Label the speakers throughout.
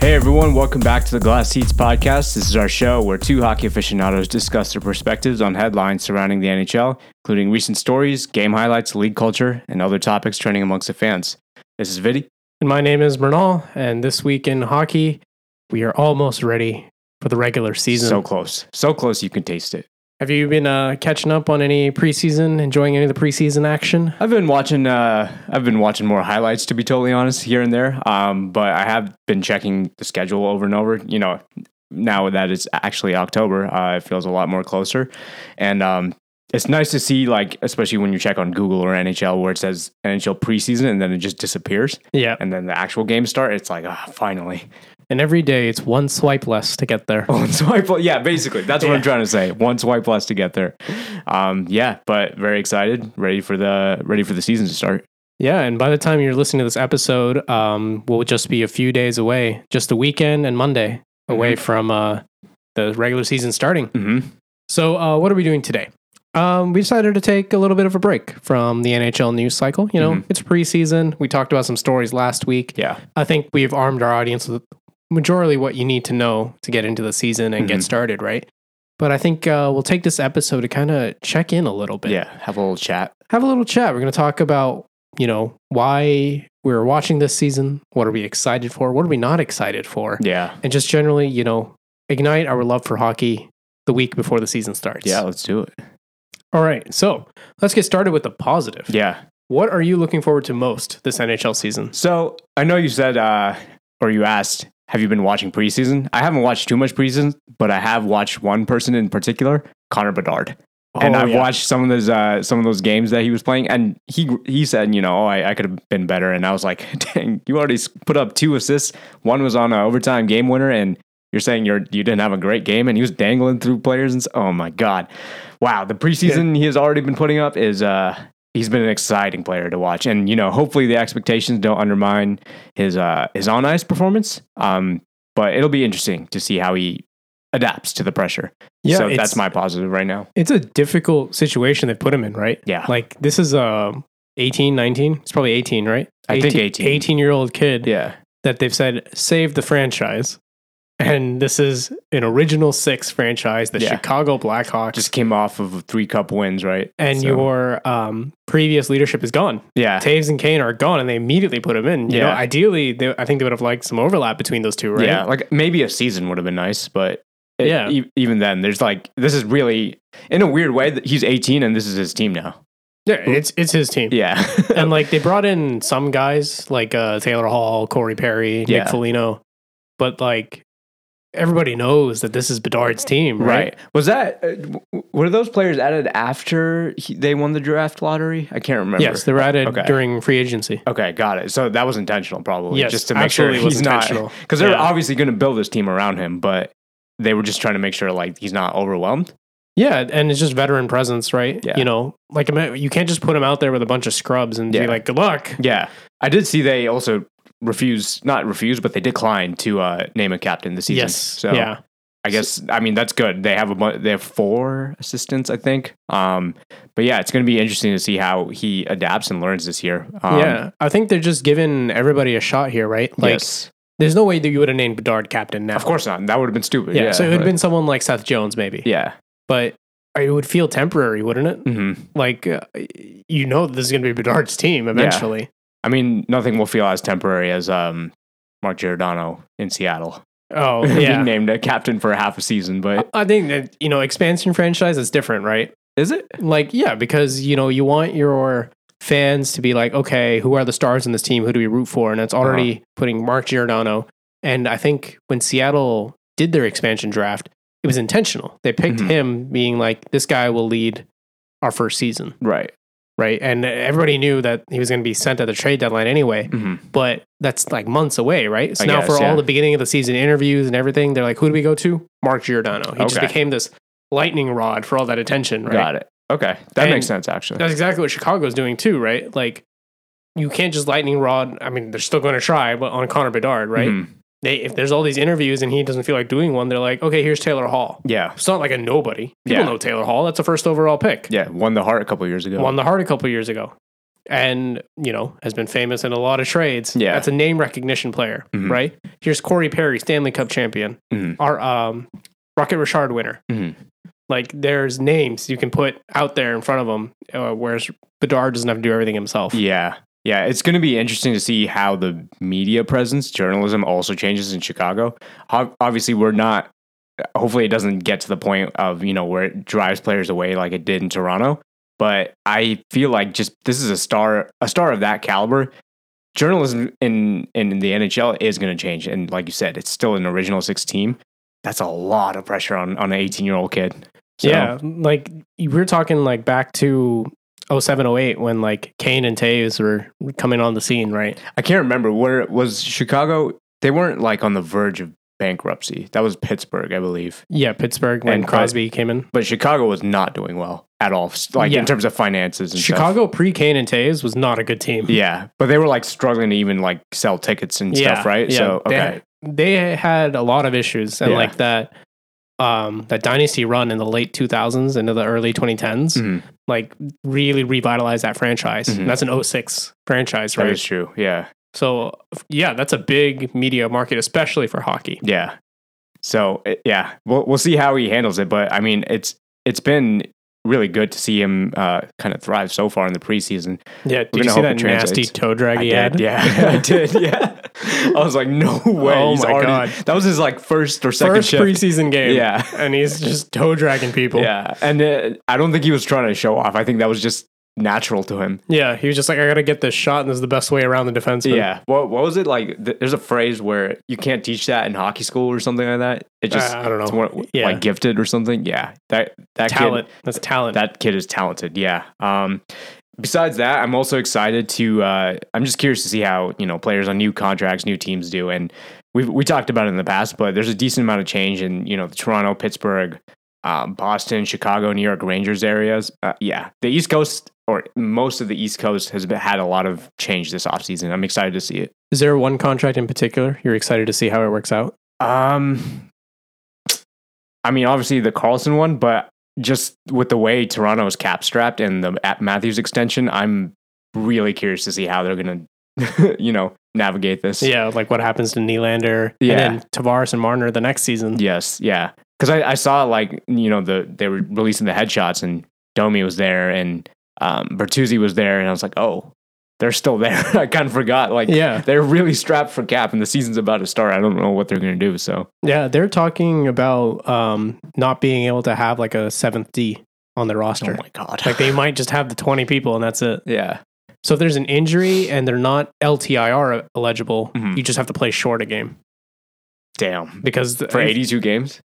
Speaker 1: everyone, welcome back to the Glass Seats podcast. This is our show where two hockey aficionados discuss their perspectives on headlines surrounding the NHL, including recent stories, game highlights, league culture, and other topics trending amongst the fans. This is Vidi.
Speaker 2: And my name is Bernal, and this week in hockey, we are almost ready for the regular season.
Speaker 1: So close. So close you can taste it.
Speaker 2: Have you been uh, catching up on any preseason, enjoying any of the preseason action?
Speaker 1: I've been watching. Uh, I've been watching more highlights, to be totally honest, here and there. Um, but I have been checking the schedule over and over. You know, now that it's actually October, uh, it feels a lot more closer, and um, it's nice to see, like, especially when you check on Google or NHL, where it says NHL preseason, and then it just disappears,
Speaker 2: Yeah.
Speaker 1: and then the actual games start. It's like, ah, finally.
Speaker 2: And every day it's one swipe less to get there.
Speaker 1: One swipe left. Yeah, basically. That's what I'm trying to say. One swipe less to get there. Um, yeah, but very excited, ready for the ready for the season to start.
Speaker 2: Yeah. And by the time you're listening to this episode, um, we'll just be a few days away, just a weekend and Monday away from uh, the regular season starting.
Speaker 1: Mm-hmm.
Speaker 2: So, uh, what are we doing today? Um, we decided to take a little bit of a break from the NHL news cycle. You know, it's preseason. We talked about some stories last week.
Speaker 1: Yeah.
Speaker 2: I think we've armed our audience with majorly what you need to know to get into the season and
Speaker 1: Mhm.
Speaker 2: get started, right? But I think uh, we'll take this episode to kind of check in a little bit.
Speaker 1: Yeah. Have a little chat.
Speaker 2: Have a little chat. We're going to talk about, you know, why we're watching this season. What are we excited for? What are we not excited for?
Speaker 1: Yeah.
Speaker 2: And just generally, you know, ignite our love for hockey the week before the season starts.
Speaker 1: Yeah, let's do it.
Speaker 2: All right. So let's get started with the positive.
Speaker 1: Yeah.
Speaker 2: What are you looking forward to most this NHL season?
Speaker 1: So I know you said uh or you asked, have you been watching preseason? I haven't watched too much preseason, but I have watched one person in particular, Connor Bedard. and
Speaker 2: Oh,
Speaker 1: I've watched some of those uh, some of those games that he was playing, and he he said, you know, oh, I, I could have been better, and I was like, dang, you already s- put up two assists. One was on an overtime game winner, and you're saying you're you didn't have a great game, and he was dangling through players, and s- oh my god, wow, the preseason he has already been putting up is uh he's been an exciting player to watch, and you know, hopefully the expectations don't undermine his uh his on ice performance, um, but it'll be interesting to see how he adapts to the pressure.
Speaker 2: Yeah,
Speaker 1: so
Speaker 2: it's-
Speaker 1: that's my positive right now.
Speaker 2: It's a difficult situation they put him in, right?
Speaker 1: Yeah.
Speaker 2: Like this is uh, 18, 19. It's probably 18, right?
Speaker 1: I think 18.
Speaker 2: 18 year old kid
Speaker 1: Yeah.
Speaker 2: that they've said save the franchise. And this is an original six franchise, the
Speaker 1: Yeah.
Speaker 2: Chicago Blackhawks.
Speaker 1: just came off of three cup wins, right?
Speaker 2: and
Speaker 1: So-
Speaker 2: your um, previous leadership is gone.
Speaker 1: yeah,
Speaker 2: Taves and Kane are gone, and they immediately put him in. You know,
Speaker 1: Yeah.
Speaker 2: ideally, they, I think they would have liked some overlap between those two, right?
Speaker 1: yeah, like maybe a season would have been nice, but it-
Speaker 2: Yeah.
Speaker 1: e- even then, there's like this is really in a weird way that he's 18 and this is his team now.
Speaker 2: Yeah, it's it's his team.
Speaker 1: Yeah,
Speaker 2: And like they brought in some guys like uh, Taylor Hall, Corey Perry,
Speaker 1: Yeah.
Speaker 2: Nick Foligno, but like everybody knows that this is Bedard's team, right?
Speaker 1: right. Was that uh, w- were those players added after he, they won the draft lottery? I can't remember.
Speaker 2: Yes, they were added
Speaker 1: Okay.
Speaker 2: during free agency.
Speaker 1: Okay, got it. So that was intentional, probably.
Speaker 2: Yes,
Speaker 1: just to make sure
Speaker 2: absolutely was
Speaker 1: he's not
Speaker 2: intentional.
Speaker 1: because they're
Speaker 2: Yeah.
Speaker 1: obviously going to build this team around him, but they were just trying to make sure like he's not overwhelmed.
Speaker 2: Yeah, and it's just veteran presence, right?
Speaker 1: Yeah.
Speaker 2: You know, like ima- you can't just put him out there with a bunch of scrubs and
Speaker 1: Yeah.
Speaker 2: be like, "Good luck."
Speaker 1: Yeah, I did see they also refuse, not refuse, but they declined to uh, name a captain this season.
Speaker 2: Yes.
Speaker 1: So
Speaker 2: yeah.
Speaker 1: I guess I mean that's good. They have a bu- they have four assistants, I think. Um, but yeah, it's going to be interesting to see how he adapts and learns this year. Um,
Speaker 2: yeah. I think they're just giving everybody a shot here, right? Like
Speaker 1: yes,
Speaker 2: There's no way that you would have named Bedard captain now.
Speaker 1: of course not. That would have been stupid.
Speaker 2: Yeah.
Speaker 1: Yeah.
Speaker 2: so it would have
Speaker 1: but-
Speaker 2: been someone like Seth Jones, maybe.
Speaker 1: Yeah.
Speaker 2: But it would feel temporary, wouldn't it?
Speaker 1: hmm
Speaker 2: Like, uh, you know, this is going to be Bedard's team eventually.
Speaker 1: I mean, nothing will feel as temporary as um, Mark Giordano in Seattle
Speaker 2: Oh,
Speaker 1: being
Speaker 2: yeah. Uh,
Speaker 1: named a captain for half a season. But
Speaker 2: I think that, you know, expansion franchise is different, right?
Speaker 1: is it?
Speaker 2: Like, yeah, because, you know, you want your fans to be like, okay, who are the stars in this team? Who do we root for? And it's already
Speaker 1: Uh-huh.
Speaker 2: putting Mark Giordano. And I think when Seattle did their expansion draft, it was intentional. They picked
Speaker 1: Mhm.
Speaker 2: him, being like, this guy will lead our first season.
Speaker 1: Right.
Speaker 2: right? And everybody knew that he was going to be sent at the trade deadline anyway,
Speaker 1: hmm
Speaker 2: but that's like months away, right? So
Speaker 1: I
Speaker 2: now
Speaker 1: guess,
Speaker 2: for
Speaker 1: yeah.
Speaker 2: all the beginning of the season interviews and everything, they're like, who do we go to? Mark Giordano. He just
Speaker 1: Okay.
Speaker 2: became this lightning rod for all that attention, right?
Speaker 1: Got it. Okay, that
Speaker 2: And
Speaker 1: makes sense. Actually,
Speaker 2: That's exactly what Chicago's doing too, right? Like, you can't just lightning rod. I mean, they're still going to try, but on Connor Bedard, right?
Speaker 1: Mhm.
Speaker 2: They, if there's all these interviews and he doesn't feel like doing one, they're like, okay, here's Taylor Hall.
Speaker 1: Yeah.
Speaker 2: It's not like a nobody.
Speaker 1: Yeah.
Speaker 2: People know Taylor Hall. That's a first overall pick.
Speaker 1: Yeah. Won the heart a couple years ago.
Speaker 2: won the heart a couple years ago. and you know has been famous in a lot of trades.
Speaker 1: Yeah.
Speaker 2: that's a name recognition player,
Speaker 1: Mhm.
Speaker 2: right? Here's Corey Perry, Stanley Cup champion,
Speaker 1: Mhm.
Speaker 2: our um, Rocket Richard winner.
Speaker 1: Mhm.
Speaker 2: Like there's names you can put out there in front of them, uh, whereas Bedard doesn't have to do everything himself.
Speaker 1: Yeah. Yeah. It's going to be interesting to see how the media presence, journalism also changes in Chicago. Ho- Obviously, we're not, hopefully, it doesn't get to the point of, you know, where it drives players away like it did in Toronto. But I feel like just this is a star, a star of that caliber. Journalism in, in the NHL is going to change. And like you said, it's still an original six team. That's a lot of pressure on, on an 18 year old kid. So,
Speaker 2: Yeah, like we're talking like back to 07, 08 when like Kane and Taves were coming on the scene, right?
Speaker 1: I can't remember where it was Chicago. They weren't like on the verge of bankruptcy. That was Pittsburgh, I believe.
Speaker 2: Yeah, Pittsburgh when
Speaker 1: And Cros-
Speaker 2: Crosby came in.
Speaker 1: But Chicago was not doing well at all, like
Speaker 2: Yeah.
Speaker 1: in terms of finances. And stuff.
Speaker 2: Chicago pre Kane and Taves was not a good team.
Speaker 1: yeah, but they were like struggling to even like sell tickets and stuff, right?
Speaker 2: yeah.
Speaker 1: So
Speaker 2: They
Speaker 1: okay,
Speaker 2: had- they, had a lot of issues and
Speaker 1: Yeah.
Speaker 2: like that um that dynasty run in the late 2000s into the early 2010s
Speaker 1: Mhm.
Speaker 2: like really revitalized that franchise.
Speaker 1: Mhm.
Speaker 2: That's an 06 franchise,
Speaker 1: that
Speaker 2: right?
Speaker 1: is true. Yeah,
Speaker 2: so yeah, that's a big media market especially for hockey.
Speaker 1: yeah. So it- yeah, we'll we'll see how he handles it. But I mean, it's it's been really good to see him uh, kind of thrive so far in the preseason.
Speaker 2: Yeah, did
Speaker 1: gonna
Speaker 2: you see
Speaker 1: hope
Speaker 2: that
Speaker 1: it
Speaker 2: nasty
Speaker 1: translates.
Speaker 2: toe drag
Speaker 1: I
Speaker 2: he
Speaker 1: did,
Speaker 2: had?
Speaker 1: yeah, I did, yeah. I was like, no way.
Speaker 2: Oh
Speaker 1: he's
Speaker 2: my
Speaker 1: already,
Speaker 2: God.
Speaker 1: That was his like first or second
Speaker 2: First
Speaker 1: shift.
Speaker 2: preseason game.
Speaker 1: Yeah.
Speaker 2: And he's just toe dragging people.
Speaker 1: Yeah, and uh, I don't think he was trying to show off. I think that was just natural to him.
Speaker 2: Yeah, He was just like, I got to get this shot, and this is the best way around the defenseman.
Speaker 1: Yeah. What What was it like? Th- There's a phrase where you can't teach that in hockey school or something like that. It just
Speaker 2: Uh, I don't know.
Speaker 1: it's one-
Speaker 2: Yeah.
Speaker 1: like gifted or something. Yeah. That that
Speaker 2: talent.
Speaker 1: Kid,
Speaker 2: That's talent.
Speaker 1: that kid is talented. Yeah. Um. Besides that, I'm also excited to. Uh, I'm just curious to see how you know players on new contracts, new teams do, and we we talked about it in the past, but there's a decent amount of change in you know the Toronto, Pittsburgh, um, Boston, Chicago, New York Rangers areas. Uh, yeah, the East Coast or most of the East Coast has been, had a lot of change this offseason. I'm excited to see it.
Speaker 2: Is there one contract in particular you're excited to see how it works out?
Speaker 1: Um, I mean, obviously the Carlson one, but just with the way Toronto is cap strapped and the at Matthews extension, I'm really curious to see how they're gonna, you know, navigate this.
Speaker 2: Yeah, like what happens to Nylander
Speaker 1: Yeah.
Speaker 2: and then Tavares and Marner the next season.
Speaker 1: Yes. Yeah. Because I, I saw like you know the they were releasing the headshots and Domi was there and um, Bertuzzi was there and I was like, oh, they're still there. I kind of forgot. Like,
Speaker 2: Yeah.
Speaker 1: they're really strapped for cap and the season's about to start. I don't know what they're gonna do. So
Speaker 2: Yeah, they're talking about um, not being able to have like a seventh D on their roster.
Speaker 1: Oh my god.
Speaker 2: Like they might just have the 20 people and that's it.
Speaker 1: yeah.
Speaker 2: So if there's an injury and they're not LTIR eligible,
Speaker 1: Mhm.
Speaker 2: you just have to play short a game
Speaker 1: Damn.
Speaker 2: because
Speaker 1: for 82 games.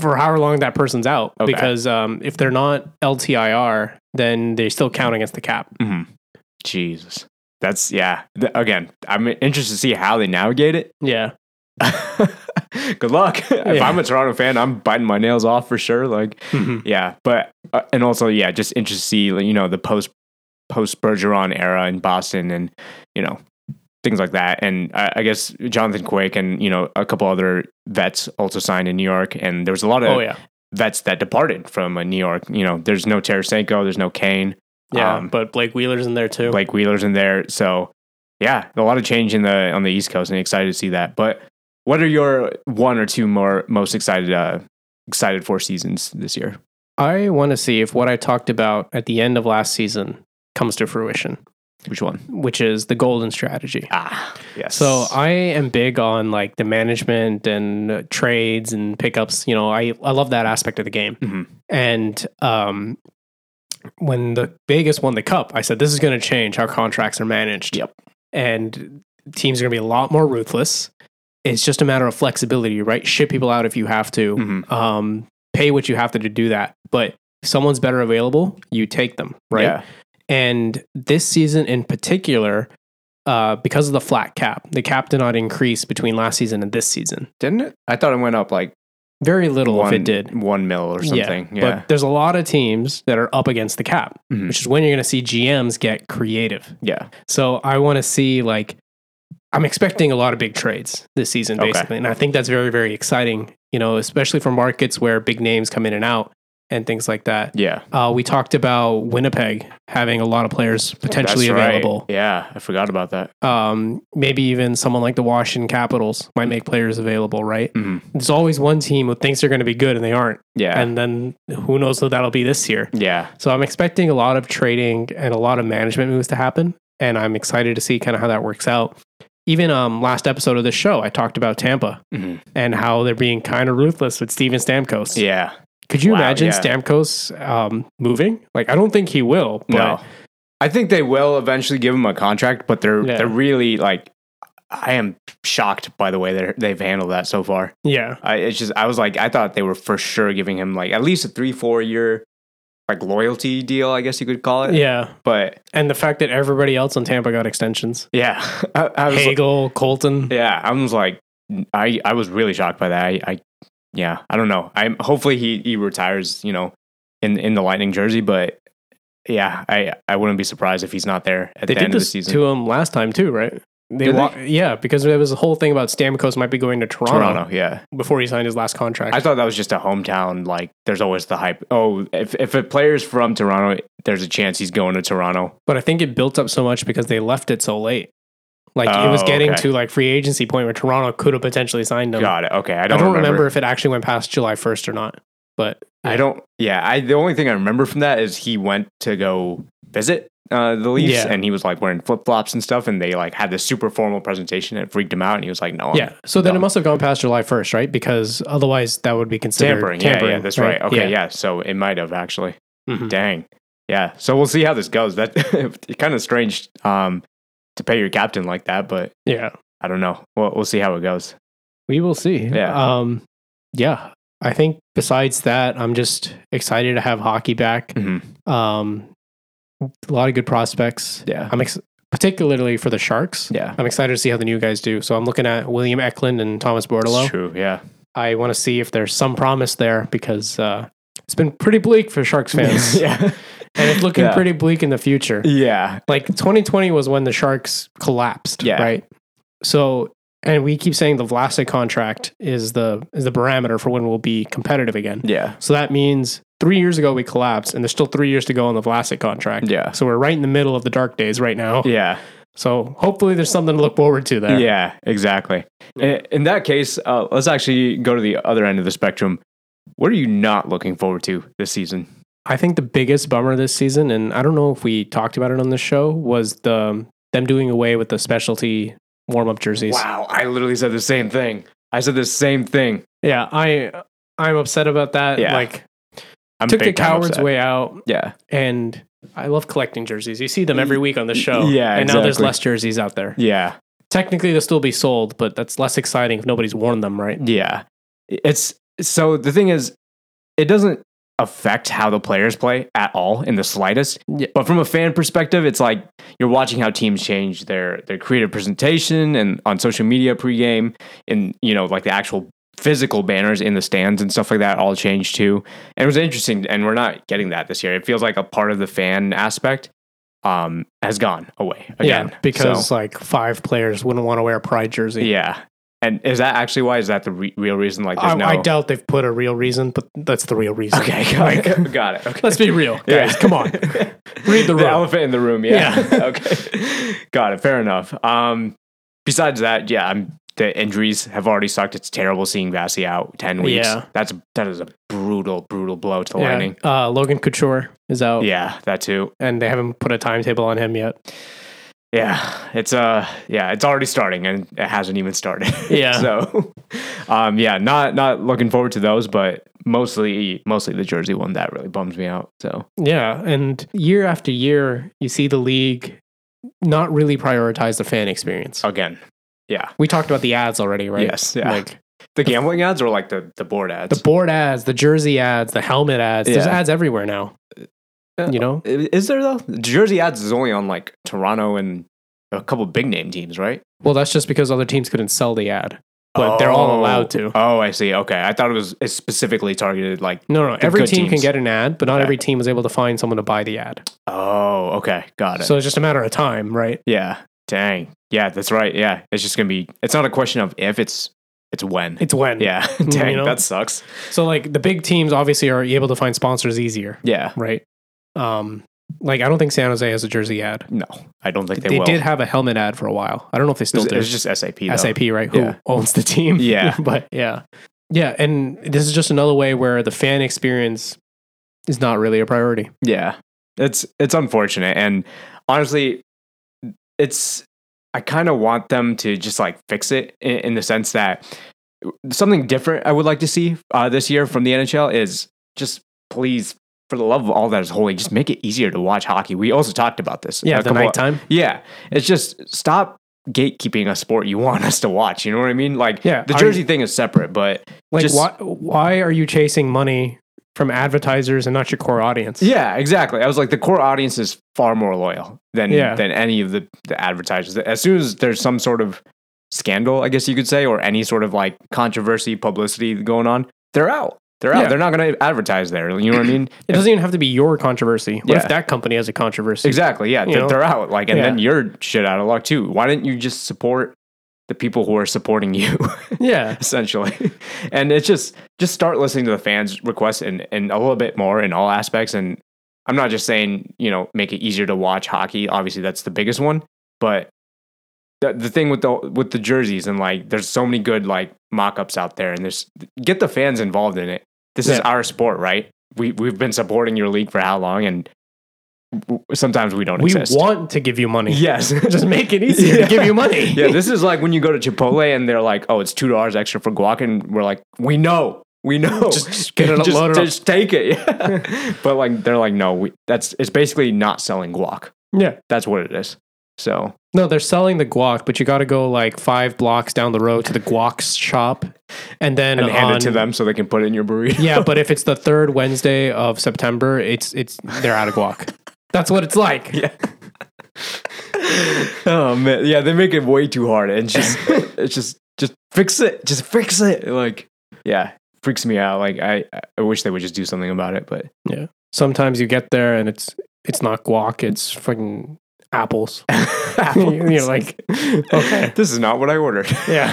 Speaker 2: for however long that person's out.
Speaker 1: Okay.
Speaker 2: Because um, if they're not LTIR, then they still count against the cap.
Speaker 1: Jesus, Mm-hmm. that's yeah. Th- again, I'm interested to see how they navigate it.
Speaker 2: Yeah.
Speaker 1: Good luck. if
Speaker 2: Yeah.
Speaker 1: I'm a Toronto fan, I'm biting my nails off for sure. Like,
Speaker 2: Hmm. Mm-hmm.
Speaker 1: yeah, but uh, and also yeah, just interested to see like, you know the post post Bergeron era in Boston and you know things like that. And I, I guess Jonathan Quake and you know a couple other vets also signed in New York, and there was a lot of
Speaker 2: Oh yeah.
Speaker 1: vets that departed from uh, New York. You know, there's no Tarasenko, there's no Kane.
Speaker 2: Yeah,
Speaker 1: Um,
Speaker 2: but Blake Wheeler's in there too.
Speaker 1: Blake Wheeler's in there. So yeah, a lot of change in the on the East Coast, and excited to see that. But what are your one or two more most excited uh, excited for seasons this year?
Speaker 2: I want to see if what I talked about at the end of last season comes to fruition,
Speaker 1: Which one?
Speaker 2: which is the golden strategy.
Speaker 1: Ah, yes.
Speaker 2: So I am big on like the management and uh, trades and pickups. You know, I, I love that aspect of the game.
Speaker 1: Mhm.
Speaker 2: And um, when the Vegas won the cup, I said this is going to change how contracts are managed.
Speaker 1: Yep.
Speaker 2: And teams are going to be a lot more ruthless. It's just a matter of flexibility, right? Ship people out if you have to.
Speaker 1: Mhm.
Speaker 2: Um, pay what you have to to do that. But if someone's better available, you take them, right?
Speaker 1: Yeah.
Speaker 2: And this season in particular, uh, because of the flat cap, the cap did not increase between last season and this season.
Speaker 1: didn't it? I thought it went up like
Speaker 2: Very little
Speaker 1: one,
Speaker 2: if it did.
Speaker 1: one mil or something. Yeah.
Speaker 2: But there's a lot of teams that are up against the cap,
Speaker 1: Mhm.
Speaker 2: which is when you're going to see GMs get creative.
Speaker 1: yeah.
Speaker 2: So I want to see like I'm expecting a lot of big trades this season,
Speaker 1: Okay.
Speaker 2: basically, and I think that's very very exciting. You know, especially for markets where big names come in and out. and things like that.
Speaker 1: Yeah.
Speaker 2: Uh, we talked about Winnipeg having a lot of players potentially
Speaker 1: That's right.
Speaker 2: available.
Speaker 1: Yeah, I forgot about that.
Speaker 2: Um, maybe even someone like the Washington Capitals might make players available, right?
Speaker 1: Mhm.
Speaker 2: There's always one team who thinks they're going to be good and they aren't.
Speaker 1: Yeah.
Speaker 2: And then who knows what that'll be this year.
Speaker 1: yeah.
Speaker 2: So I'm expecting a lot of trading and a lot of management moves to happen, and I'm excited to see kind of how that works out. Even um, last episode of this show, I talked about Tampa
Speaker 1: Mhm.
Speaker 2: and how they're being kind of ruthless with Steven Stamkos.
Speaker 1: Yeah.
Speaker 2: Could you
Speaker 1: Wow,
Speaker 2: imagine
Speaker 1: yeah.
Speaker 2: Stamkos um, moving? Like, I don't think he will. But
Speaker 1: No. I think they will eventually give him a contract, but they're
Speaker 2: Yeah.
Speaker 1: they're really like I am shocked by the way they they've handled that so far.
Speaker 2: yeah,
Speaker 1: I it's just I was like I thought they were for sure giving him like at least a 3-4 year like loyalty deal, I guess you could call it.
Speaker 2: yeah.
Speaker 1: But
Speaker 2: And the fact that everybody else on Tampa got extensions.
Speaker 1: yeah, I, I was like,
Speaker 2: Hagel, Colton.
Speaker 1: yeah, I was like I I was really shocked by that. I, I yeah, I don't know. I'm hopefully he he retires, you know, in in the Lightning jersey, but yeah, I I wouldn't be surprised if he's not there at the
Speaker 2: they did
Speaker 1: end of the
Speaker 2: this
Speaker 1: season.
Speaker 2: to him last time too, right? They,
Speaker 1: Did they?
Speaker 2: wa- yeah, because there was a whole thing about Stamkos might be going to Toronto,
Speaker 1: Toronto, yeah.
Speaker 2: before he signed his last contract.
Speaker 1: I thought that was just a hometown. Like, there's always the hype. Oh, if if a player's from Toronto, there's a chance he's going to Toronto.
Speaker 2: But I think it built up so much because they left it so late. Like it was
Speaker 1: Oh,
Speaker 2: getting
Speaker 1: okay.
Speaker 2: to like free agency point where Toronto could have potentially signed them.
Speaker 1: Got it. Okay, I
Speaker 2: I don't,
Speaker 1: don't,
Speaker 2: remember. if it actually went past July first or not. But
Speaker 1: I don't. Yeah, I. The only thing I remember from that is he went to go visit uh, the Leafs,
Speaker 2: Yeah.
Speaker 1: and he was like wearing flip flops and stuff, and they like had this super formal presentation and it freaked him out, and he was like, "No, I'm
Speaker 2: yeah, so then
Speaker 1: no.
Speaker 2: it must have gone past July first, right? Because otherwise that would be considered
Speaker 1: tampering.
Speaker 2: tampering.
Speaker 1: yeah, yeah, that's right. Okay, yeah. So it might have actually.
Speaker 2: Mhm.
Speaker 1: Dang. Yeah. So we'll see how this goes. That it's kind of strange um, to pay your captain like that, but
Speaker 2: yeah.
Speaker 1: I don't know. We'll, we'll see how it goes.
Speaker 2: We will see.
Speaker 1: Yeah.
Speaker 2: Um, yeah. I think besides that, I'm just excited to have hockey back.
Speaker 1: Mhm.
Speaker 2: Um, a lot of good prospects.
Speaker 1: Yeah.
Speaker 2: I'm ex- particularly for the Sharks.
Speaker 1: Yeah.
Speaker 2: I'm excited to see how the new guys do. So I'm looking at William Eklund and Thomas
Speaker 1: It's
Speaker 2: Bordalo.
Speaker 1: true. Yeah.
Speaker 2: I want to see if there's some promise there because uh, it's been pretty bleak for Sharks fans,
Speaker 1: yeah.
Speaker 2: and it's looking
Speaker 1: Yeah.
Speaker 2: pretty bleak in the future.
Speaker 1: Yeah.
Speaker 2: Like 2020 was when the Sharks collapsed,
Speaker 1: Yeah.
Speaker 2: right? So, and we keep saying the Vlasic contract is the is the parameter for when we'll be competitive again.
Speaker 1: Yeah.
Speaker 2: So that means three years ago we collapsed, and there's still three years to go on the Vlasic contract.
Speaker 1: Yeah.
Speaker 2: So we're right in the middle of the dark days right now.
Speaker 1: Yeah.
Speaker 2: So hopefully there's something to look forward to there.
Speaker 1: Yeah. Exactly. In, in that case, uh, let's actually go to the other end of the spectrum. What are you not looking forward to this season?
Speaker 2: I think the biggest bummer this season, and I don't know if we talked about it on the show, was the them doing away with the specialty warm up jerseys.
Speaker 1: Wow. I literally said the same thing. I said the same thing.
Speaker 2: Yeah, I I'm upset about that.
Speaker 1: Yeah.
Speaker 2: Like
Speaker 1: I'm
Speaker 2: took the
Speaker 1: big time
Speaker 2: coward's
Speaker 1: upset.
Speaker 2: way out,
Speaker 1: Yeah.
Speaker 2: and I love collecting jerseys. You see them every week on the show.
Speaker 1: Yeah,
Speaker 2: and now there's
Speaker 1: exactly.
Speaker 2: less jerseys out there.
Speaker 1: Yeah.
Speaker 2: Technically, they'll still be sold, but that's less exciting if nobody's worn them, right?
Speaker 1: Yeah. It's so the thing is, it doesn't affect how the players play at all in the slightest.
Speaker 2: Yeah.
Speaker 1: But from a fan perspective, it's like you're watching how teams change their their creative presentation and on social media pregame and you know like the actual physical banners in the stands and stuff like that all change too. And it was interesting and we're not getting that this year. It feels like a part of the fan aspect um has gone away again.
Speaker 2: Yeah, because
Speaker 1: So,
Speaker 2: like five players wouldn't want to wear a pride jersey.
Speaker 1: yeah. And is that actually why is that the re- real reason like there's
Speaker 2: I,
Speaker 1: no
Speaker 2: I doubt they've put a real reason, but that's the real reason.
Speaker 1: Okay, got it. Got it. Okay.
Speaker 2: Let's be real, guys.
Speaker 1: Yeah.
Speaker 2: Come on. Read the
Speaker 1: the
Speaker 2: room.
Speaker 1: elephant in the room. Yeah.
Speaker 2: Yeah.
Speaker 1: okay. Got it. Fair enough. Um, besides that, yeah, I'm, the injuries have already sucked. It's terrible seeing Vasi out ten weeks.
Speaker 2: Yeah.
Speaker 1: That's that is a brutal, brutal blow to the
Speaker 2: Yeah.
Speaker 1: Lightning.
Speaker 2: Uh, Logan Couture is out,
Speaker 1: Yeah, that too.
Speaker 2: and they haven't put a timetable on him yet.
Speaker 1: Yeah, it's uh, yeah, it's already starting and it hasn't even started.
Speaker 2: Yeah.
Speaker 1: so, um, yeah, not not looking forward to those, but mostly mostly the Jersey one that really bums me out. So
Speaker 2: Yeah, and year after year, you see the league not really prioritize the fan experience.
Speaker 1: again, yeah,
Speaker 2: We talked about the ads already, right?
Speaker 1: Yes, yeah.
Speaker 2: Like
Speaker 1: the gambling ads or like the the board
Speaker 2: the
Speaker 1: ads.
Speaker 2: board ads, the jersey ads, the helmet ads. There's
Speaker 1: Yeah.
Speaker 2: ads everywhere now.
Speaker 1: Uh,
Speaker 2: You know?
Speaker 1: Is there though? Jersey ads is only on like Toronto and a couple big name teams, right?
Speaker 2: Well, that's just because other teams couldn't sell the ad, but they're all
Speaker 1: Oh.
Speaker 2: allowed to.
Speaker 1: Oh, I see. Okay, I thought it was it's specifically targeted. Like,
Speaker 2: No, no.
Speaker 1: The
Speaker 2: Every
Speaker 1: good
Speaker 2: team can
Speaker 1: teams.
Speaker 2: get an ad, but not
Speaker 1: Okay.
Speaker 2: every team was able to find someone to buy the ad.
Speaker 1: oh, okay, got it.
Speaker 2: So it's just a matter of time, right?
Speaker 1: yeah, dang, yeah, that's right. Yeah, it's just gonna be. It's not a question of if; it's It's when.
Speaker 2: It's when.
Speaker 1: yeah. Dang,
Speaker 2: You know?
Speaker 1: that sucks.
Speaker 2: So like the big teams obviously are able to find sponsors easier,
Speaker 1: Yeah.
Speaker 2: right? Um, like I don't think San Jose has a jersey ad.
Speaker 1: No, I don't think they,
Speaker 2: They,
Speaker 1: will.
Speaker 2: did have a helmet ad for a while. I don't know if they
Speaker 1: it,
Speaker 2: still
Speaker 1: was,
Speaker 2: do.
Speaker 1: it was just SAP. Though.
Speaker 2: SAP, right? Who
Speaker 1: Yeah.
Speaker 2: owns the team?
Speaker 1: Yeah.
Speaker 2: but yeah, yeah. And this is just another way where the fan experience is not really a priority.
Speaker 1: Yeah. It's it's unfortunate and honestly it's I kind of want them to just like fix it in, in the sense that something different I would like to see uh, this year from the NHL is just please for the love of all that is holy just make it easier to watch hockey. We also talked about this.
Speaker 2: Yeah,
Speaker 1: a
Speaker 2: the
Speaker 1: couple-
Speaker 2: nighttime.
Speaker 1: Yeah. It's just stop gatekeeping a sport you want us to watch, you know what I mean? Like
Speaker 2: Yeah,
Speaker 1: the
Speaker 2: are
Speaker 1: jersey thing is separate, but
Speaker 2: Like
Speaker 1: Just-
Speaker 2: why? Why are you chasing money from advertisers and not your core audience?
Speaker 1: Yeah, exactly. I was like, the core audience is far more loyal than
Speaker 2: Yeah.
Speaker 1: than any of the, the advertisers. As soon as there's some sort of scandal, I guess you could say, or any sort of like controversy, publicity going on, they're out. They're out.
Speaker 2: Yeah.
Speaker 1: They're not going to advertise there. You know what I mean?
Speaker 2: It doesn't even have to be your controversy. What
Speaker 1: Yeah.
Speaker 2: if that company has a controversy?
Speaker 1: exactly. Yeah, they're,
Speaker 2: know?
Speaker 1: they're out. Like, and
Speaker 2: Yeah.
Speaker 1: then you're shit out of luck too. Why didn't you just support the people who are supporting you?
Speaker 2: Yeah.
Speaker 1: essentially. And it's just just start listening to the fans' requests and and a little bit more in all aspects. And I'm not just saying you know make it easier to watch hockey. Obviously, that's the biggest one. But the the thing with the with the jerseys and like there's so many good like mock-ups out there, and there's get the fans involved in it. This is
Speaker 2: Yeah.
Speaker 1: our sport, right? We we've been supporting your league for how long, and w- sometimes we don't
Speaker 2: We
Speaker 1: exist.
Speaker 2: want to give you money.
Speaker 1: yes,
Speaker 2: Just make it easier to give you money.
Speaker 1: yeah, this is like when you go to Chipotle and they're like, "Oh, it's two dollars extra for guac," and we're like, "We know, we know,
Speaker 2: Just- just get it
Speaker 1: just,
Speaker 2: loaded up.
Speaker 1: just take it." Yeah. but like, they're like, "No, we, that's it's basically not selling guac.
Speaker 2: Yeah.
Speaker 1: That's what it is." So
Speaker 2: No, they're selling the guac, but you got to go like five blocks down the road to the guac shop, and then
Speaker 1: and hand
Speaker 2: on-
Speaker 1: it to them so they can put it in your burrito.
Speaker 2: Yeah, but if it's the third Wednesday of September, it's it's they're out of guac. That's what it's like.
Speaker 1: oh man, yeah, they make it way too hard, and it's just it's just just fix it, just fix it. Like, yeah, freaks me out. Like, I I wish they would just do something about it, but
Speaker 2: Sometimes you get there and it's it's not guac, it's fucking apples. You're like, okay,
Speaker 1: this is not what I ordered.
Speaker 2: yeah,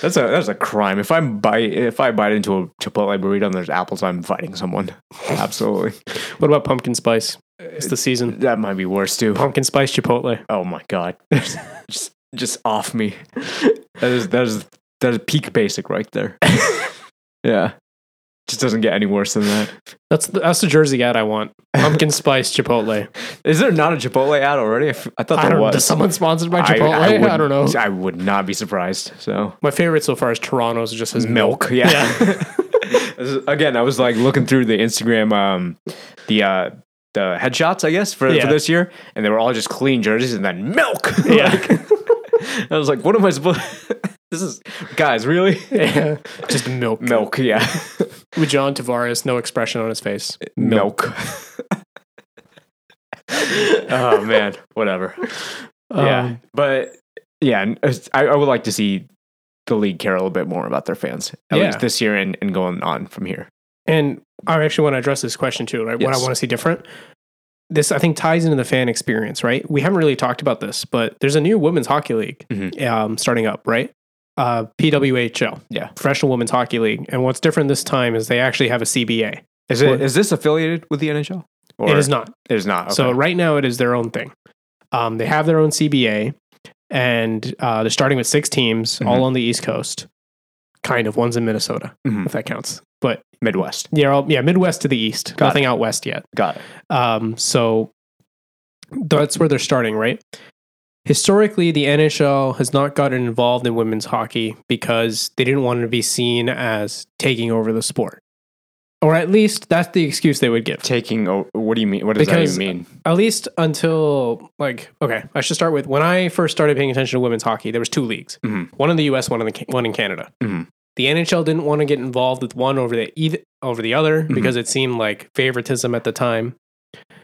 Speaker 1: That's a that's a crime. If I bite if I bite into a Chipotle burrito and there's apples, I'm fighting someone. Absolutely,
Speaker 2: What about pumpkin spice? It's the season.
Speaker 1: that might be worse too.
Speaker 2: Pumpkin spice chipotle.
Speaker 1: Oh my god, just just off me. That is that is that is peak basic right there. yeah, just doesn't get any worse than that.
Speaker 2: That's the, that's the jersey ad I want. Pumpkin spice chipotle.
Speaker 1: Is there not a Chipotle ad already? I, f- I thought
Speaker 2: I
Speaker 1: there
Speaker 2: don't know.
Speaker 1: was.
Speaker 2: Does someone sponsored by Chipotle? I,
Speaker 1: would,
Speaker 2: don't know.
Speaker 1: I would not be surprised. So
Speaker 2: My favorite so far is Toronto's. It just says milk.
Speaker 1: Yeah. Again, I was like looking through the Instagram, um, the uh, the headshots, I guess, for,
Speaker 2: Yeah.
Speaker 1: for this year, and they were all just clean jerseys and then milk.
Speaker 2: Yeah.
Speaker 1: Like, I was like, what am I supposed? this is guys, really?
Speaker 2: Yeah. just milk.
Speaker 1: Milk, yeah,
Speaker 2: With John Tavares, no expression on his face.
Speaker 1: Uh, milk. oh man, whatever. yeah,
Speaker 2: Um,
Speaker 1: but yeah, and it's- I, I would like to see the league care a little bit more about their fans at
Speaker 2: Yeah.
Speaker 1: least this year and, and going on from here.
Speaker 2: And I actually want to address this question too, right? What I
Speaker 1: Yes.
Speaker 2: want to see different. This, I think, ties into the fan experience, right? We haven't really talked about this, but there's a new women's hockey league
Speaker 1: Mhm.
Speaker 2: um, starting up, right? Uh, PWHL,
Speaker 1: Yeah.
Speaker 2: Professional Women's Hockey League. And what's different this time is they actually have a CBA.
Speaker 1: Is it is
Speaker 2: Or-
Speaker 1: this affiliated with the NHL? Or
Speaker 2: it is not.
Speaker 1: It is not. Okay.
Speaker 2: So right now it is their own thing. Um, they have their own CBA, and uh, they're starting with six teams,
Speaker 1: Mm-hmm.
Speaker 2: all on the East Coast. Kind of one's in Minnesota,
Speaker 1: Mhm.
Speaker 2: if that counts. But
Speaker 1: Midwest.
Speaker 2: yeah, all, yeah, Midwest to the East,
Speaker 1: Got
Speaker 2: nothing out west yet.
Speaker 1: Got it.
Speaker 2: Um, so that's where they're starting, right? Historically, the NHL has not gotten involved in women's hockey because they didn't want to be seen as taking over the sport. Or at least that's the excuse they would give.
Speaker 1: Taking. o- What do you mean? What does
Speaker 2: Because-
Speaker 1: that even mean?
Speaker 2: At least until like okay, I should start with when I first started paying attention to women's hockey. There was two leagues,
Speaker 1: Mhm.
Speaker 2: one in the U.S., one in the Ca- one in Canada.
Speaker 1: Mhm.
Speaker 2: The NHL didn't want to get involved with one over the either, over the other
Speaker 1: Mm-hmm.
Speaker 2: because it seemed like favoritism at the time.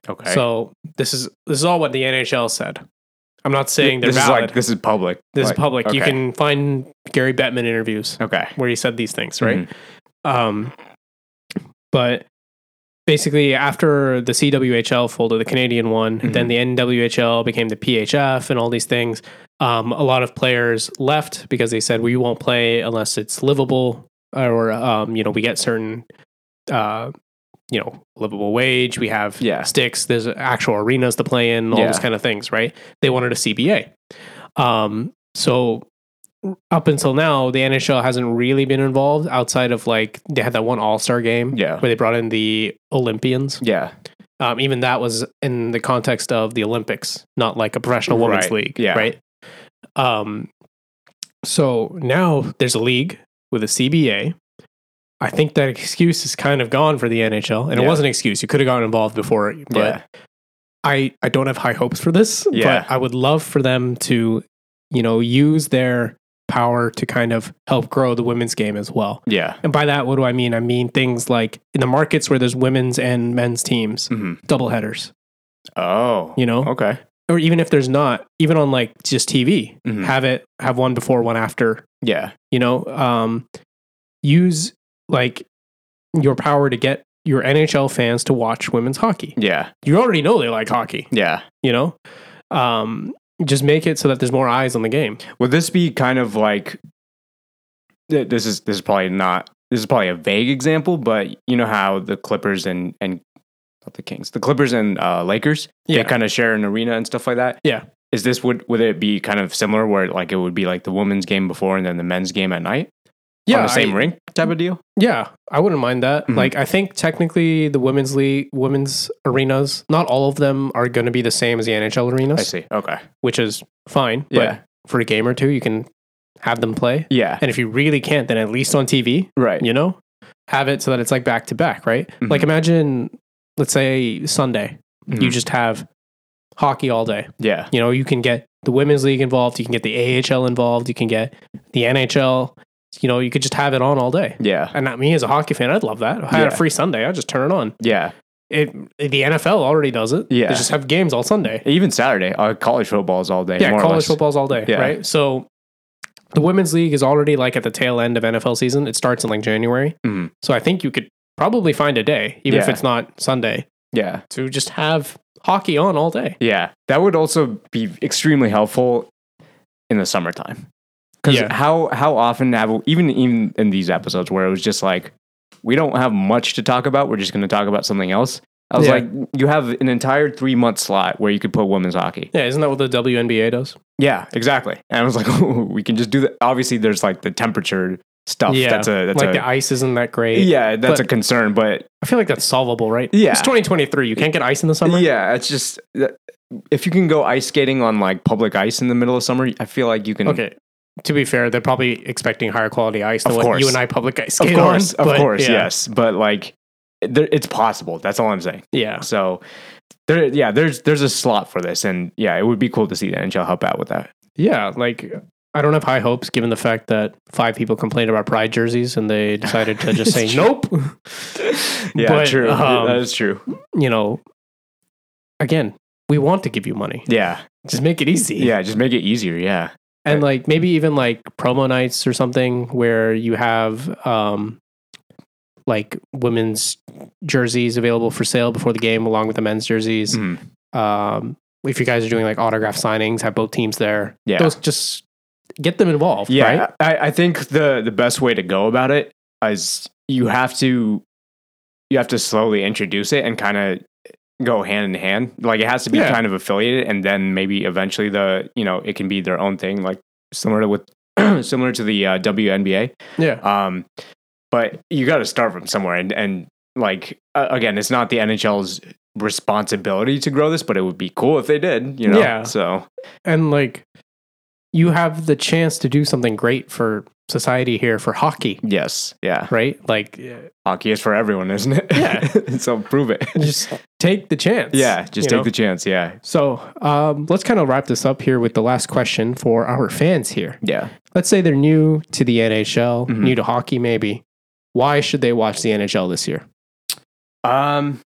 Speaker 1: Okay.
Speaker 2: So this is this is all what the NHL said. I'm not saying they're
Speaker 1: this
Speaker 2: valid.
Speaker 1: is like this is public.
Speaker 2: this
Speaker 1: Like,
Speaker 2: is public. You
Speaker 1: okay.
Speaker 2: can find Gary Bettman interviews
Speaker 1: Okay.
Speaker 2: where he said these things, right? Um, but basically, after the CWHL folded, the Canadian one,
Speaker 1: Mhm.
Speaker 2: then the NWHL became the PHF and all these things. Um, a lot of players left because they said we won't play unless it's livable or um, you know we get certain uh, you know livable wage. We have
Speaker 1: Yeah.
Speaker 2: uh, sticks. There's actual arenas to play in. All
Speaker 1: Yeah.
Speaker 2: those kind of things, right? They wanted a CBA. Um, so up until now, the NHL hasn't really been involved outside of like they had that one All Star game
Speaker 1: Yeah.
Speaker 2: where they brought in the Olympians.
Speaker 1: Yeah.
Speaker 2: Um, even that was in the context of the Olympics, not like a professional women's
Speaker 1: Right,
Speaker 2: league,
Speaker 1: yeah.
Speaker 2: right? Um, so now there's a league with a CBA. I think that excuse is kind of gone for the NHL, and it
Speaker 1: Yeah.
Speaker 2: was an excuse. You could have gotten involved before, but
Speaker 1: Yeah.
Speaker 2: I, I don't have high hopes for this,
Speaker 1: Yeah.
Speaker 2: but I would love for them to, you know, use their power to kind of help grow the women's game as well.
Speaker 1: Yeah.
Speaker 2: And by that, what do I mean? I mean things like in the markets where there's women's and men's teams,
Speaker 1: hmm
Speaker 2: double headers,
Speaker 1: Oh.
Speaker 2: you know?
Speaker 1: Okay.
Speaker 2: Or even if there's not, even on like just TV,
Speaker 1: Mhm.
Speaker 2: have it have one before, one after,
Speaker 1: Yeah.
Speaker 2: you know? Um use like your power to get your NHL fans to watch women's hockey.
Speaker 1: Yeah.
Speaker 2: You already know they like hockey,
Speaker 1: Yeah.
Speaker 2: you know? Um just make it so that there's more eyes on the game.
Speaker 1: Would this be kind of like th- this is this is probably not this is probably a vague example, but you know how the Clippers and and not the Kings, the Clippers and uh, Lakers,
Speaker 2: Yeah.
Speaker 1: they kind of share an arena and stuff like that.
Speaker 2: Yeah.
Speaker 1: Is this would would it be kind of similar where like it would be like the women's game before and then the men's game at night on the same
Speaker 2: I-
Speaker 1: rink type of deal?
Speaker 2: Yeah, I wouldn't mind that.
Speaker 1: Mhm.
Speaker 2: Like, I think technically the women's league, women's arenas, not all of them are going to be the same as the NHL
Speaker 1: I
Speaker 2: arenas,
Speaker 1: see. Okay.
Speaker 2: which is fine.
Speaker 1: Yeah.
Speaker 2: But for a game or two, you can have them play.
Speaker 1: Yeah.
Speaker 2: And if you really can't, then at least on TV,
Speaker 1: Right.
Speaker 2: you know, have it so that it's like back to back, right?
Speaker 1: Mhm.
Speaker 2: Like, imagine, let's say Sunday, you
Speaker 1: Mhm.
Speaker 2: just have hockey all day.
Speaker 1: Yeah.
Speaker 2: You know, you can get the women's league involved, you can get the AHL involved, you can get the NHL. You know, you could just have it on all day.
Speaker 1: Yeah.
Speaker 2: And not me as a hockey fan, I'd love that. If I had a
Speaker 1: Yeah.
Speaker 2: free Sunday, I'd just turn it on.
Speaker 1: Yeah.
Speaker 2: It, the NFL already does it.
Speaker 1: Yeah.
Speaker 2: They just have games all Sunday.
Speaker 1: Even Saturday, uh, college footballs all day.
Speaker 2: Yeah,
Speaker 1: more or
Speaker 2: college
Speaker 1: less.
Speaker 2: football's all day,
Speaker 1: Yeah.
Speaker 2: right? So the women's league is already like at the tail end of NFL season. It starts in like January.
Speaker 1: Mhm.
Speaker 2: So I think you could probably find a day, even if
Speaker 1: Yeah.
Speaker 2: it's not Sunday,
Speaker 1: Yeah.
Speaker 2: to just have hockey on all day.
Speaker 1: Yeah, that would also be extremely helpful in the summertime. Because
Speaker 2: Yeah.
Speaker 1: how how often have even even in these episodes where it was just like we don't have much to talk about, we're just going to talk about something else. I was
Speaker 2: Yeah.
Speaker 1: like, you have an entire three month slot where you could put women's hockey.
Speaker 2: Yeah, isn't that what the WNBA does?
Speaker 1: Yeah, exactly. And I was like, we can just do that. Obviously, there's like the temperature stuff.
Speaker 2: yeah,
Speaker 1: that's a that's
Speaker 2: like the
Speaker 1: a
Speaker 2: ice isn't that great.
Speaker 1: yeah, that's
Speaker 2: but-
Speaker 1: a concern. But
Speaker 2: I feel like that's solvable, right?
Speaker 1: Yeah.
Speaker 2: it's 2023. You can't get ice in the summer.
Speaker 1: yeah, it's just if you can go ice skating on like public ice in the middle of summer, I feel like you can.
Speaker 2: Okay. To be fair, they're probably expecting higher quality ice than
Speaker 1: Of
Speaker 2: what you
Speaker 1: course.
Speaker 2: and I public ice
Speaker 1: of
Speaker 2: skate
Speaker 1: course,
Speaker 2: on.
Speaker 1: of
Speaker 2: but
Speaker 1: course,
Speaker 2: yeah,
Speaker 1: yes. But like, there, it's possible. That's all I'm saying.
Speaker 2: Yeah.
Speaker 1: So, there, yeah, there's there's a slot for this, and yeah, it would be cool to see the NHL help out with that.
Speaker 2: Yeah. Like, I don't have high hopes given the fact that five people complained about pride jerseys and they decided to just say,
Speaker 1: It's
Speaker 2: nope.
Speaker 1: Yeah,
Speaker 2: But,
Speaker 1: true.
Speaker 2: um,
Speaker 1: that is true.
Speaker 2: You know, again, we want to give you money.
Speaker 1: Yeah,
Speaker 2: Just make it easy.
Speaker 1: yeah. Just make it easier. Yeah,
Speaker 2: And like maybe even like promo nights or something where you have, um, like women's jerseys available for sale before the game, along with the men's jerseys.
Speaker 1: Mhm.
Speaker 2: um, if you guys are doing like autograph signings, have both teams there.
Speaker 1: Yeah.
Speaker 2: Those just get them involved.
Speaker 1: yeah.
Speaker 2: Right?
Speaker 1: I, I think the the best way to go about it is you have to you have to slowly introduce it and kind of go hand in hand. Like it has to be
Speaker 2: Yeah.
Speaker 1: kind of affiliated, and then maybe eventually the you know it can be their own thing, like similar to with similar to the uh, WNBA.
Speaker 2: Yeah.
Speaker 1: Um, but you got to start from somewhere, and and like uh, again, it's not the NHL's responsibility to grow this, but it would be cool if they did. You know,
Speaker 2: Yeah.
Speaker 1: So
Speaker 2: And like you have the chance to do something great for society here for hockey,
Speaker 1: yes, yeah,
Speaker 2: right? Like uh,
Speaker 1: hockey is for everyone, isn't it?
Speaker 2: Yeah.
Speaker 1: so prove it.
Speaker 2: just take the chance.
Speaker 1: Yeah, just
Speaker 2: you
Speaker 1: take
Speaker 2: know?
Speaker 1: the chance. Yeah,
Speaker 2: So um, let's kind of wrap this up here with the last question for our fans here.
Speaker 1: yeah,
Speaker 2: Let's say they're new to the NHL,
Speaker 1: Mhm.
Speaker 2: new to hockey, maybe. Why should they watch the NHL this year?
Speaker 1: Um,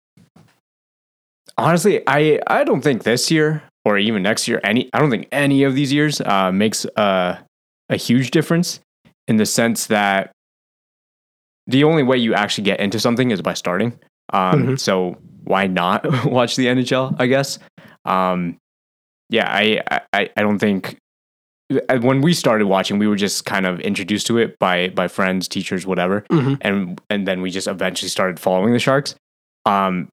Speaker 1: honestly, I I don't think this year or even next year any I don't think any of these years uh, makes a a huge difference in the sense that the only way you actually get into something is by starting. Um,
Speaker 2: Mhm.
Speaker 1: So why not watch the NHL? I guess. Um, yeah, I, I I don't think when we started watching, we were just kind of introduced to it by by friends, teachers, whatever,
Speaker 2: Mhm.
Speaker 1: and and then we just eventually started following the Sharks. Um,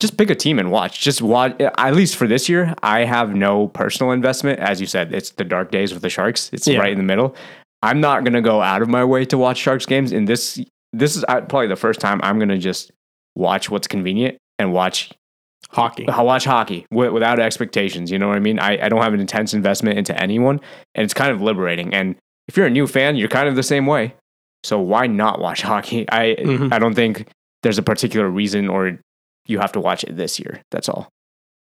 Speaker 1: just pick a team and watch. Just watch. At least for this year, I have no personal investment. As you said, it's the dark days with the Sharks. It's
Speaker 2: Yeah.
Speaker 1: right in the middle. I'm not gonna go out of my way to watch Sharks games. In this, this is uh, probably the first time I'm gonna just watch what's convenient and watch
Speaker 2: hockey.
Speaker 1: I watch hockey w- without expectations. You know what I mean? I, I don't have an intense investment into anyone, and it's kind of liberating. And if you're a new fan, you're kind of the same way. So why not watch hockey? I
Speaker 2: Mhm.
Speaker 1: I don't think there's a particular reason or you have to watch it this year. That's all.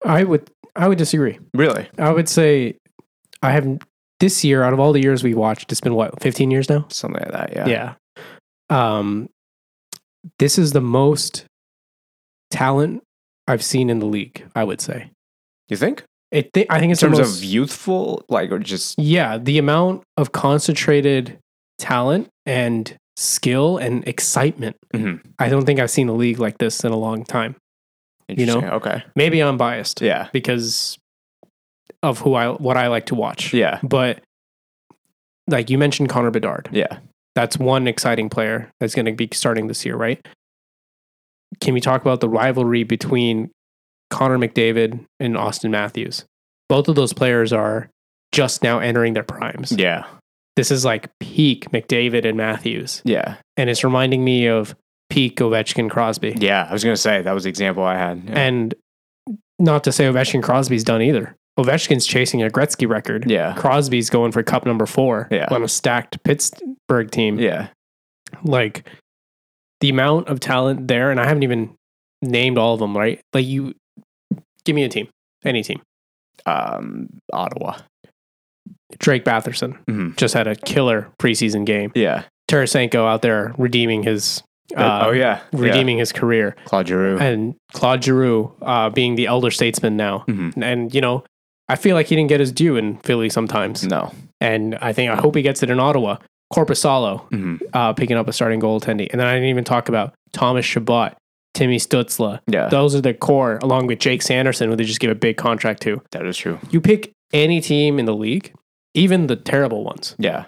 Speaker 2: I would I would disagree.
Speaker 1: Really?
Speaker 2: I would say I have this year out of all the years we watched, it's been what fifteen years now.
Speaker 1: Something like that. Yeah.
Speaker 2: Yeah. Um, this is the most talent I've seen in the league. I would say.
Speaker 1: You think?
Speaker 2: It. Th- I think
Speaker 1: In
Speaker 2: it's
Speaker 1: terms
Speaker 2: the most,
Speaker 1: of youthful, like or just
Speaker 2: Yeah, the amount of concentrated talent and skill and excitement.
Speaker 1: Mhm.
Speaker 2: I don't think I've seen a league like this in a long time. You know?
Speaker 1: Interesting. Okay.
Speaker 2: Maybe I'm biased
Speaker 1: Yeah.
Speaker 2: because of who I what I like to watch.
Speaker 1: Yeah.
Speaker 2: But like you mentioned Connor Bedard.
Speaker 1: Yeah.
Speaker 2: That's one exciting player that's going to be starting this year, right? Can we talk about the rivalry between Connor McDavid and Austin Matthews? Both of those players are just now entering their primes.
Speaker 1: Yeah.
Speaker 2: This is like peak McDavid and Matthews.
Speaker 1: Yeah.
Speaker 2: And it's reminding me of peak Ovechkin Crosby.
Speaker 1: Yeah. I was gonna say that was the example I had. Yeah.
Speaker 2: And not to say Ovechkin Crosby's done either. Ovechkin's chasing a Gretzky record.
Speaker 1: yeah.
Speaker 2: Crosby's going for cup number four
Speaker 1: Yeah.
Speaker 2: on a stacked Pittsburgh team.
Speaker 1: Yeah.
Speaker 2: Like the amount of talent there, and I haven't even named all of them, right? Like you give me a team, any team.
Speaker 1: Um. Ottawa.
Speaker 2: Drake Batherson
Speaker 1: hmm
Speaker 2: just had a killer preseason game.
Speaker 1: Yeah.
Speaker 2: Tarasenko out there redeeming his uh,
Speaker 1: oh yeah. Yeah.
Speaker 2: redeeming his career.
Speaker 1: Claude Giroux.
Speaker 2: And Claude Giroux uh, being the elder statesman now.
Speaker 1: Mhm.
Speaker 2: And you know, I feel like he didn't get his due in Philly sometimes.
Speaker 1: No.
Speaker 2: And I think I hope he gets it in Ottawa. Corpusalo,
Speaker 1: Mm-hmm.
Speaker 2: uh, picking up a starting goaltending. And then I didn't even talk about Thomas Shabbat, Timmy Stutzla.
Speaker 1: Yeah,
Speaker 2: Those are the core, along with Jake Sanderson, who they just give a big contract to.
Speaker 1: that is true.
Speaker 2: You pick any team in the league, even the terrible ones,
Speaker 1: Yeah.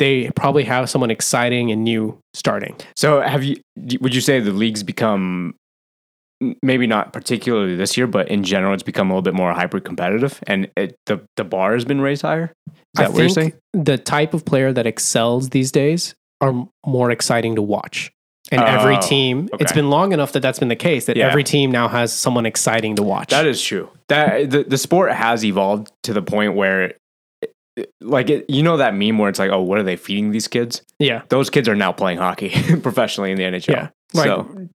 Speaker 2: they probably have someone exciting and new starting.
Speaker 1: So, have you? d- Would you say the league's become m- maybe not particularly this year, but in general, it's become a little bit more hyper competitive, and it, the the bar has been raised higher. Is that
Speaker 2: I
Speaker 1: what you're saying?
Speaker 2: think the type of player that excels these days are m- more exciting to watch. And every
Speaker 1: Oh,
Speaker 2: team, it's
Speaker 1: okay.
Speaker 2: been long enough that that's been the case that
Speaker 1: Yeah.
Speaker 2: every team now has someone exciting to watch.
Speaker 1: That is true. That the, the sport has evolved to the point where, it- it- like, it, you know that meme where it's like, oh, what are they feeding these kids?
Speaker 2: yeah.
Speaker 1: Those kids are now playing hockey professionally in the NHL.
Speaker 2: Yeah. Like,
Speaker 1: So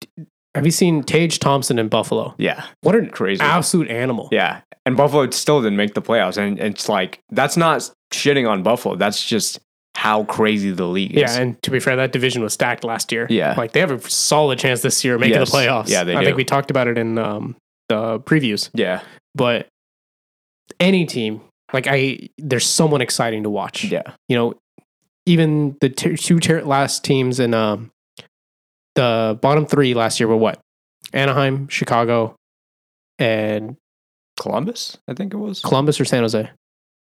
Speaker 2: have you seen Tage Thompson in Buffalo?
Speaker 1: yeah,
Speaker 2: What an
Speaker 1: crazy.
Speaker 2: absolute animal.
Speaker 1: Yeah. And Buffalo still didn't make the playoffs. And it's like, that's not shitting on Buffalo. That's just how crazy the league is.
Speaker 2: Yeah, and to be fair, that division was stacked last year.
Speaker 1: Yeah.
Speaker 2: like they have a solid chance this year of making
Speaker 1: Yes.
Speaker 2: the playoffs.
Speaker 1: Yeah, they
Speaker 2: I
Speaker 1: do.
Speaker 2: think we talked about it in um, the previews.
Speaker 1: yeah.
Speaker 2: But any team, like I, there's someone exciting to watch.
Speaker 1: Yeah.
Speaker 2: You know, even the t- two ter- last teams in um, the bottom three last year were what? Anaheim, Chicago, and
Speaker 1: Columbus, I think it was.
Speaker 2: Columbus or San Jose.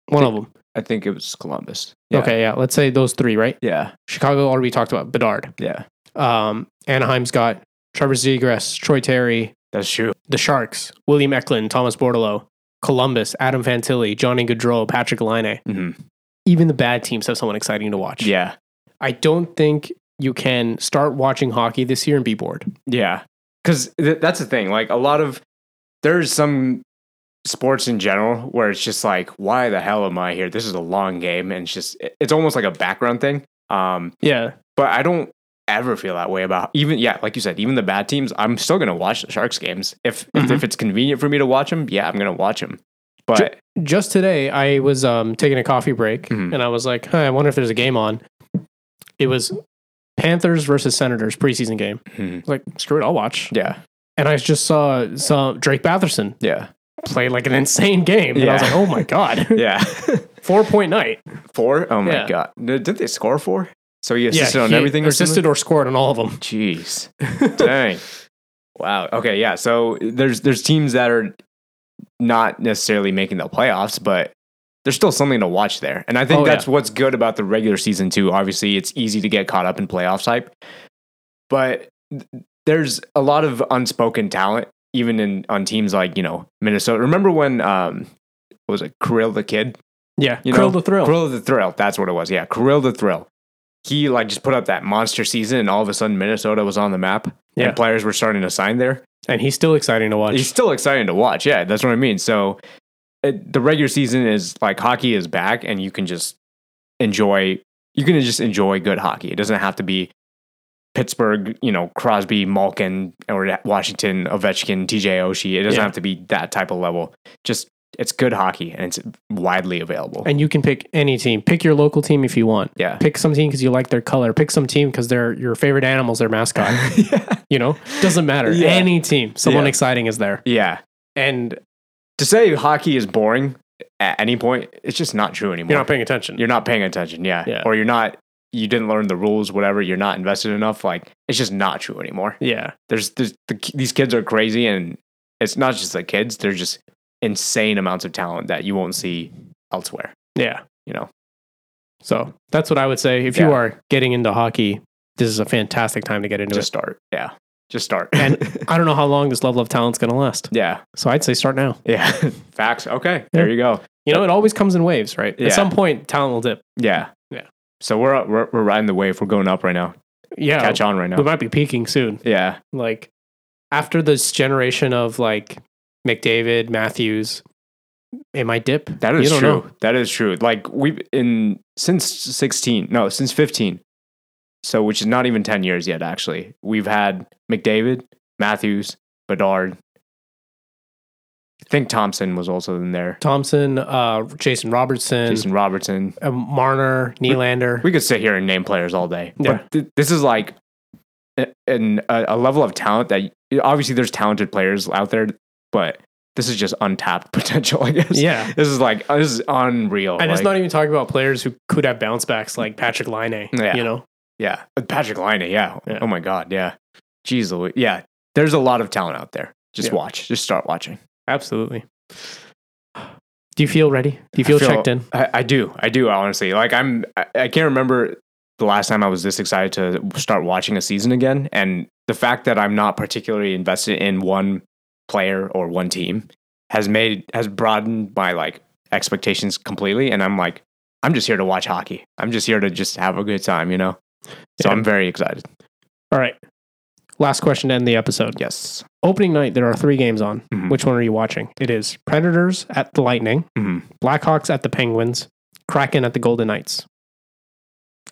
Speaker 2: One of them.
Speaker 1: I think it was Columbus. Yeah.
Speaker 2: Okay, yeah. Let's say those three, right?
Speaker 1: Yeah.
Speaker 2: Chicago already talked about Bedard.
Speaker 1: Yeah.
Speaker 2: Um, Anaheim's got Trevor Zegras, Troy Terry,
Speaker 1: That's true.
Speaker 2: the Sharks, William Eklund, Thomas Bordalo, Columbus, Adam Fantilli, Johnny Gaudreau, Patrick Line.
Speaker 1: Mhm.
Speaker 2: Even the bad teams have someone exciting to watch.
Speaker 1: Yeah.
Speaker 2: I don't think you can start watching hockey this year and be bored.
Speaker 1: Yeah. Because th- that's the thing. Like, a lot of, there's some sports in general where it's just like, why the hell am I here? This is a long game. And it's just, it- it's almost like a background thing. Um,
Speaker 2: Yeah.
Speaker 1: but I don't ever feel that way about even yeah, like you said, even the bad teams. I'm still gonna watch the Sharks games if if,
Speaker 2: Mhm.
Speaker 1: if it's convenient for me to watch them. Yeah, I'm gonna watch them. But
Speaker 2: Just today, I was um, taking a coffee break
Speaker 1: Mhm.
Speaker 2: and I was like, huh, I wonder if there's a game on. It was Panthers versus Senators preseason game.
Speaker 1: Mhm.
Speaker 2: Like, screw it, I'll watch.
Speaker 1: yeah,
Speaker 2: And I just saw, saw Drake Batherson
Speaker 1: yeah,
Speaker 2: play like an insane game. And I was
Speaker 1: Yeah.
Speaker 2: like, oh my God.
Speaker 1: yeah.
Speaker 2: Four point night.
Speaker 1: four. Oh my
Speaker 2: Yeah.
Speaker 1: god, did did they score four? So he assisted on
Speaker 2: he
Speaker 1: everything. Or something?
Speaker 2: Assisted or scored on all of them.
Speaker 1: Jeez. Dang. wow. Okay, yeah. So there's there's teams that are not necessarily making the playoffs, but there's still something to watch there. And I think
Speaker 2: Oh,
Speaker 1: that's what's good about the regular season too. Obviously, it's easy to get caught up in playoff hype, but th- there's a lot of unspoken talent even in on teams like you know Minnesota. Remember when um what was it Krill the kid?
Speaker 2: Yeah,
Speaker 1: You
Speaker 2: Krill
Speaker 1: know,
Speaker 2: the Thrill.
Speaker 1: Krill the Thrill. That's what it was. Yeah, Krill the Thrill. He like just put up that monster season, and all of a sudden Minnesota was on the map,
Speaker 2: Yeah.
Speaker 1: and players were starting to sign there.
Speaker 2: and he's still exciting to watch.
Speaker 1: He's still exciting to watch. Yeah, that's what I mean. So it, the regular season is like hockey is back, and you can just enjoy. You can just enjoy good hockey. It doesn't have to be Pittsburgh, you know, Crosby, Malkin, or Washington, Ovechkin, TJ Oshie. It doesn't
Speaker 2: Yeah.
Speaker 1: have to be that type of level. Just it's good hockey, and it's widely available.
Speaker 2: and you can pick any team. Pick your local team if you want.
Speaker 1: yeah.
Speaker 2: Pick some team because you like their color. Pick some team because they're your favorite animals, their mascot. you know, doesn't matter.
Speaker 1: Yeah.
Speaker 2: Any team, someone
Speaker 1: Yeah.
Speaker 2: exciting is there.
Speaker 1: Yeah.
Speaker 2: And
Speaker 1: To say hockey is boring at any point, it's just not true anymore.
Speaker 2: you're not paying attention.
Speaker 1: You're not paying attention. Yeah.
Speaker 2: Yeah.
Speaker 1: Or you're not, you didn't learn the rules, whatever. You're not invested enough. Like, it's just not true anymore.
Speaker 2: yeah.
Speaker 1: There's, there's the, ki- these kids are crazy. And it's not just the kids, they're just insane amounts of talent that you won't see elsewhere,
Speaker 2: Yeah.
Speaker 1: you know?
Speaker 2: So that's what I would say. If you
Speaker 1: Yeah.
Speaker 2: are getting into hockey, this is a fantastic time to get into
Speaker 1: Just
Speaker 2: it.
Speaker 1: start. Yeah. Just start.
Speaker 2: And- I don't know how long this level of talent's going to last.
Speaker 1: yeah.
Speaker 2: So I'd say start now.
Speaker 1: Yeah. Facts. Okay. There
Speaker 2: Yeah.
Speaker 1: you go.
Speaker 2: You know, it always comes in waves, right?
Speaker 1: Yeah.
Speaker 2: At some point, talent will dip.
Speaker 1: Yeah.
Speaker 2: Yeah.
Speaker 1: So we're, up- we're, we're riding the wave. We're going up right now.
Speaker 2: Yeah.
Speaker 1: Catch on right
Speaker 2: We
Speaker 1: now.
Speaker 2: might be peaking soon.
Speaker 1: Yeah.
Speaker 2: Like after this generation of like McDavid, Matthews, it might dip.
Speaker 1: That
Speaker 2: You
Speaker 1: is
Speaker 2: don't
Speaker 1: true.
Speaker 2: know.
Speaker 1: That is true. Like we've in since sixteen, no, since fifteen. So which is not even ten years yet. Actually, we've had McDavid, Matthews, Bedard. I think Thompson was also in there.
Speaker 2: Thompson, uh, Jason Robertson,
Speaker 1: Jason Robertson.
Speaker 2: uh, Marner, Nylander.
Speaker 1: We could sit here and name players all day.
Speaker 2: Yeah.
Speaker 1: But th- this is like a- an, a, a level of talent that obviously there's talented players out there, but this is just untapped potential. I guess.
Speaker 2: yeah.
Speaker 1: This is like this is unreal.
Speaker 2: And it's
Speaker 1: like-
Speaker 2: not even talking about players who could have bounce backs like Patrick Line,
Speaker 1: Yeah.
Speaker 2: you know?
Speaker 1: Yeah. Uh, Patrick Line, yeah.
Speaker 2: Yeah.
Speaker 1: Oh my God. Yeah. Jeez Louis. Yeah. There's a lot of talent out there. Just
Speaker 2: Yeah.
Speaker 1: watch. Just start watching.
Speaker 2: Absolutely. Do you feel ready? Do you feel,
Speaker 1: I feel-
Speaker 2: checked in?
Speaker 1: I, I do. I do, honestly. Like I'm I, I can't remember the last time I was this excited to start watching a season again. And the fact that I'm not particularly invested in one player or one team has made has broadened my like expectations completely. And I'm like, I'm just here to watch hockey. I'm just here to just have a good time, you know? So
Speaker 2: Yeah.
Speaker 1: I'm very excited.
Speaker 2: All right. Last question to end the episode.
Speaker 1: Yes.
Speaker 2: Opening night, there are three games on.
Speaker 1: Mhm.
Speaker 2: Which one are you watching? It is Predators at the Lightning,
Speaker 1: Mhm.
Speaker 2: Blackhawks at the Penguins, Kraken at the Golden Knights.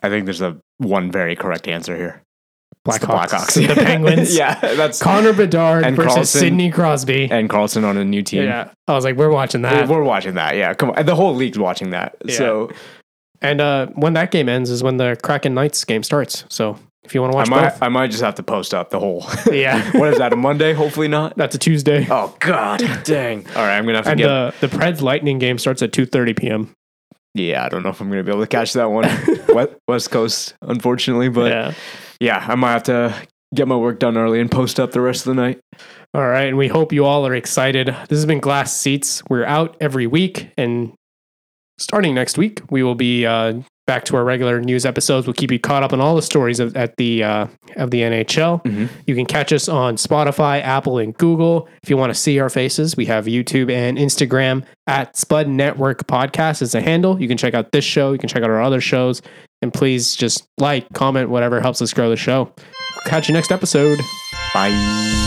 Speaker 1: I think there's a one very correct answer here. It's the
Speaker 2: Blackhawks.
Speaker 1: Blackhawks.
Speaker 2: the Penguins.
Speaker 1: yeah, that's
Speaker 2: Connor Bedard
Speaker 1: And
Speaker 2: versus
Speaker 1: Carlson.
Speaker 2: Sidney Crosby.
Speaker 1: and Carlson on a new team.
Speaker 2: Yeah. I was like, we're watching
Speaker 1: We're-
Speaker 2: that.
Speaker 1: We're watching that. Yeah, come on. The whole league's watching that.
Speaker 2: Yeah.
Speaker 1: So
Speaker 2: And uh, when that game ends is when the Kraken Knights game starts. So if you want to
Speaker 1: I
Speaker 2: watch
Speaker 1: might, I might just have to post up the whole.
Speaker 2: both, yeah,
Speaker 1: what is that? A Monday? Hopefully not.
Speaker 2: that's a Tuesday.
Speaker 1: Oh God, dang. All right, I'm gonna have to
Speaker 2: and
Speaker 1: get.
Speaker 2: uh, the Preds Lightning game starts at 2:30 p.m.
Speaker 1: yeah, I don't know if I'm gonna be able to catch that one. West, West Coast, unfortunately, but yeah.
Speaker 2: yeah.
Speaker 1: I might have to get my work done early and post up the rest of the night.
Speaker 2: All right, and we hope you all are excited. This has been Glass Seats. We're out every week, and starting next week, we will be uh, back to our regular news episodes. We'll keep you caught up on all the stories of, at the uh, of the NHL.
Speaker 1: Mhm.
Speaker 2: You can catch us on Spotify, Apple, and Google. If you want to see our faces, we have YouTube and Instagram at Spud Network Podcast is the handle. You can check out this show. You can check out our other shows, and please just like, comment, whatever helps us grow the show. Catch you next episode.
Speaker 1: Bye.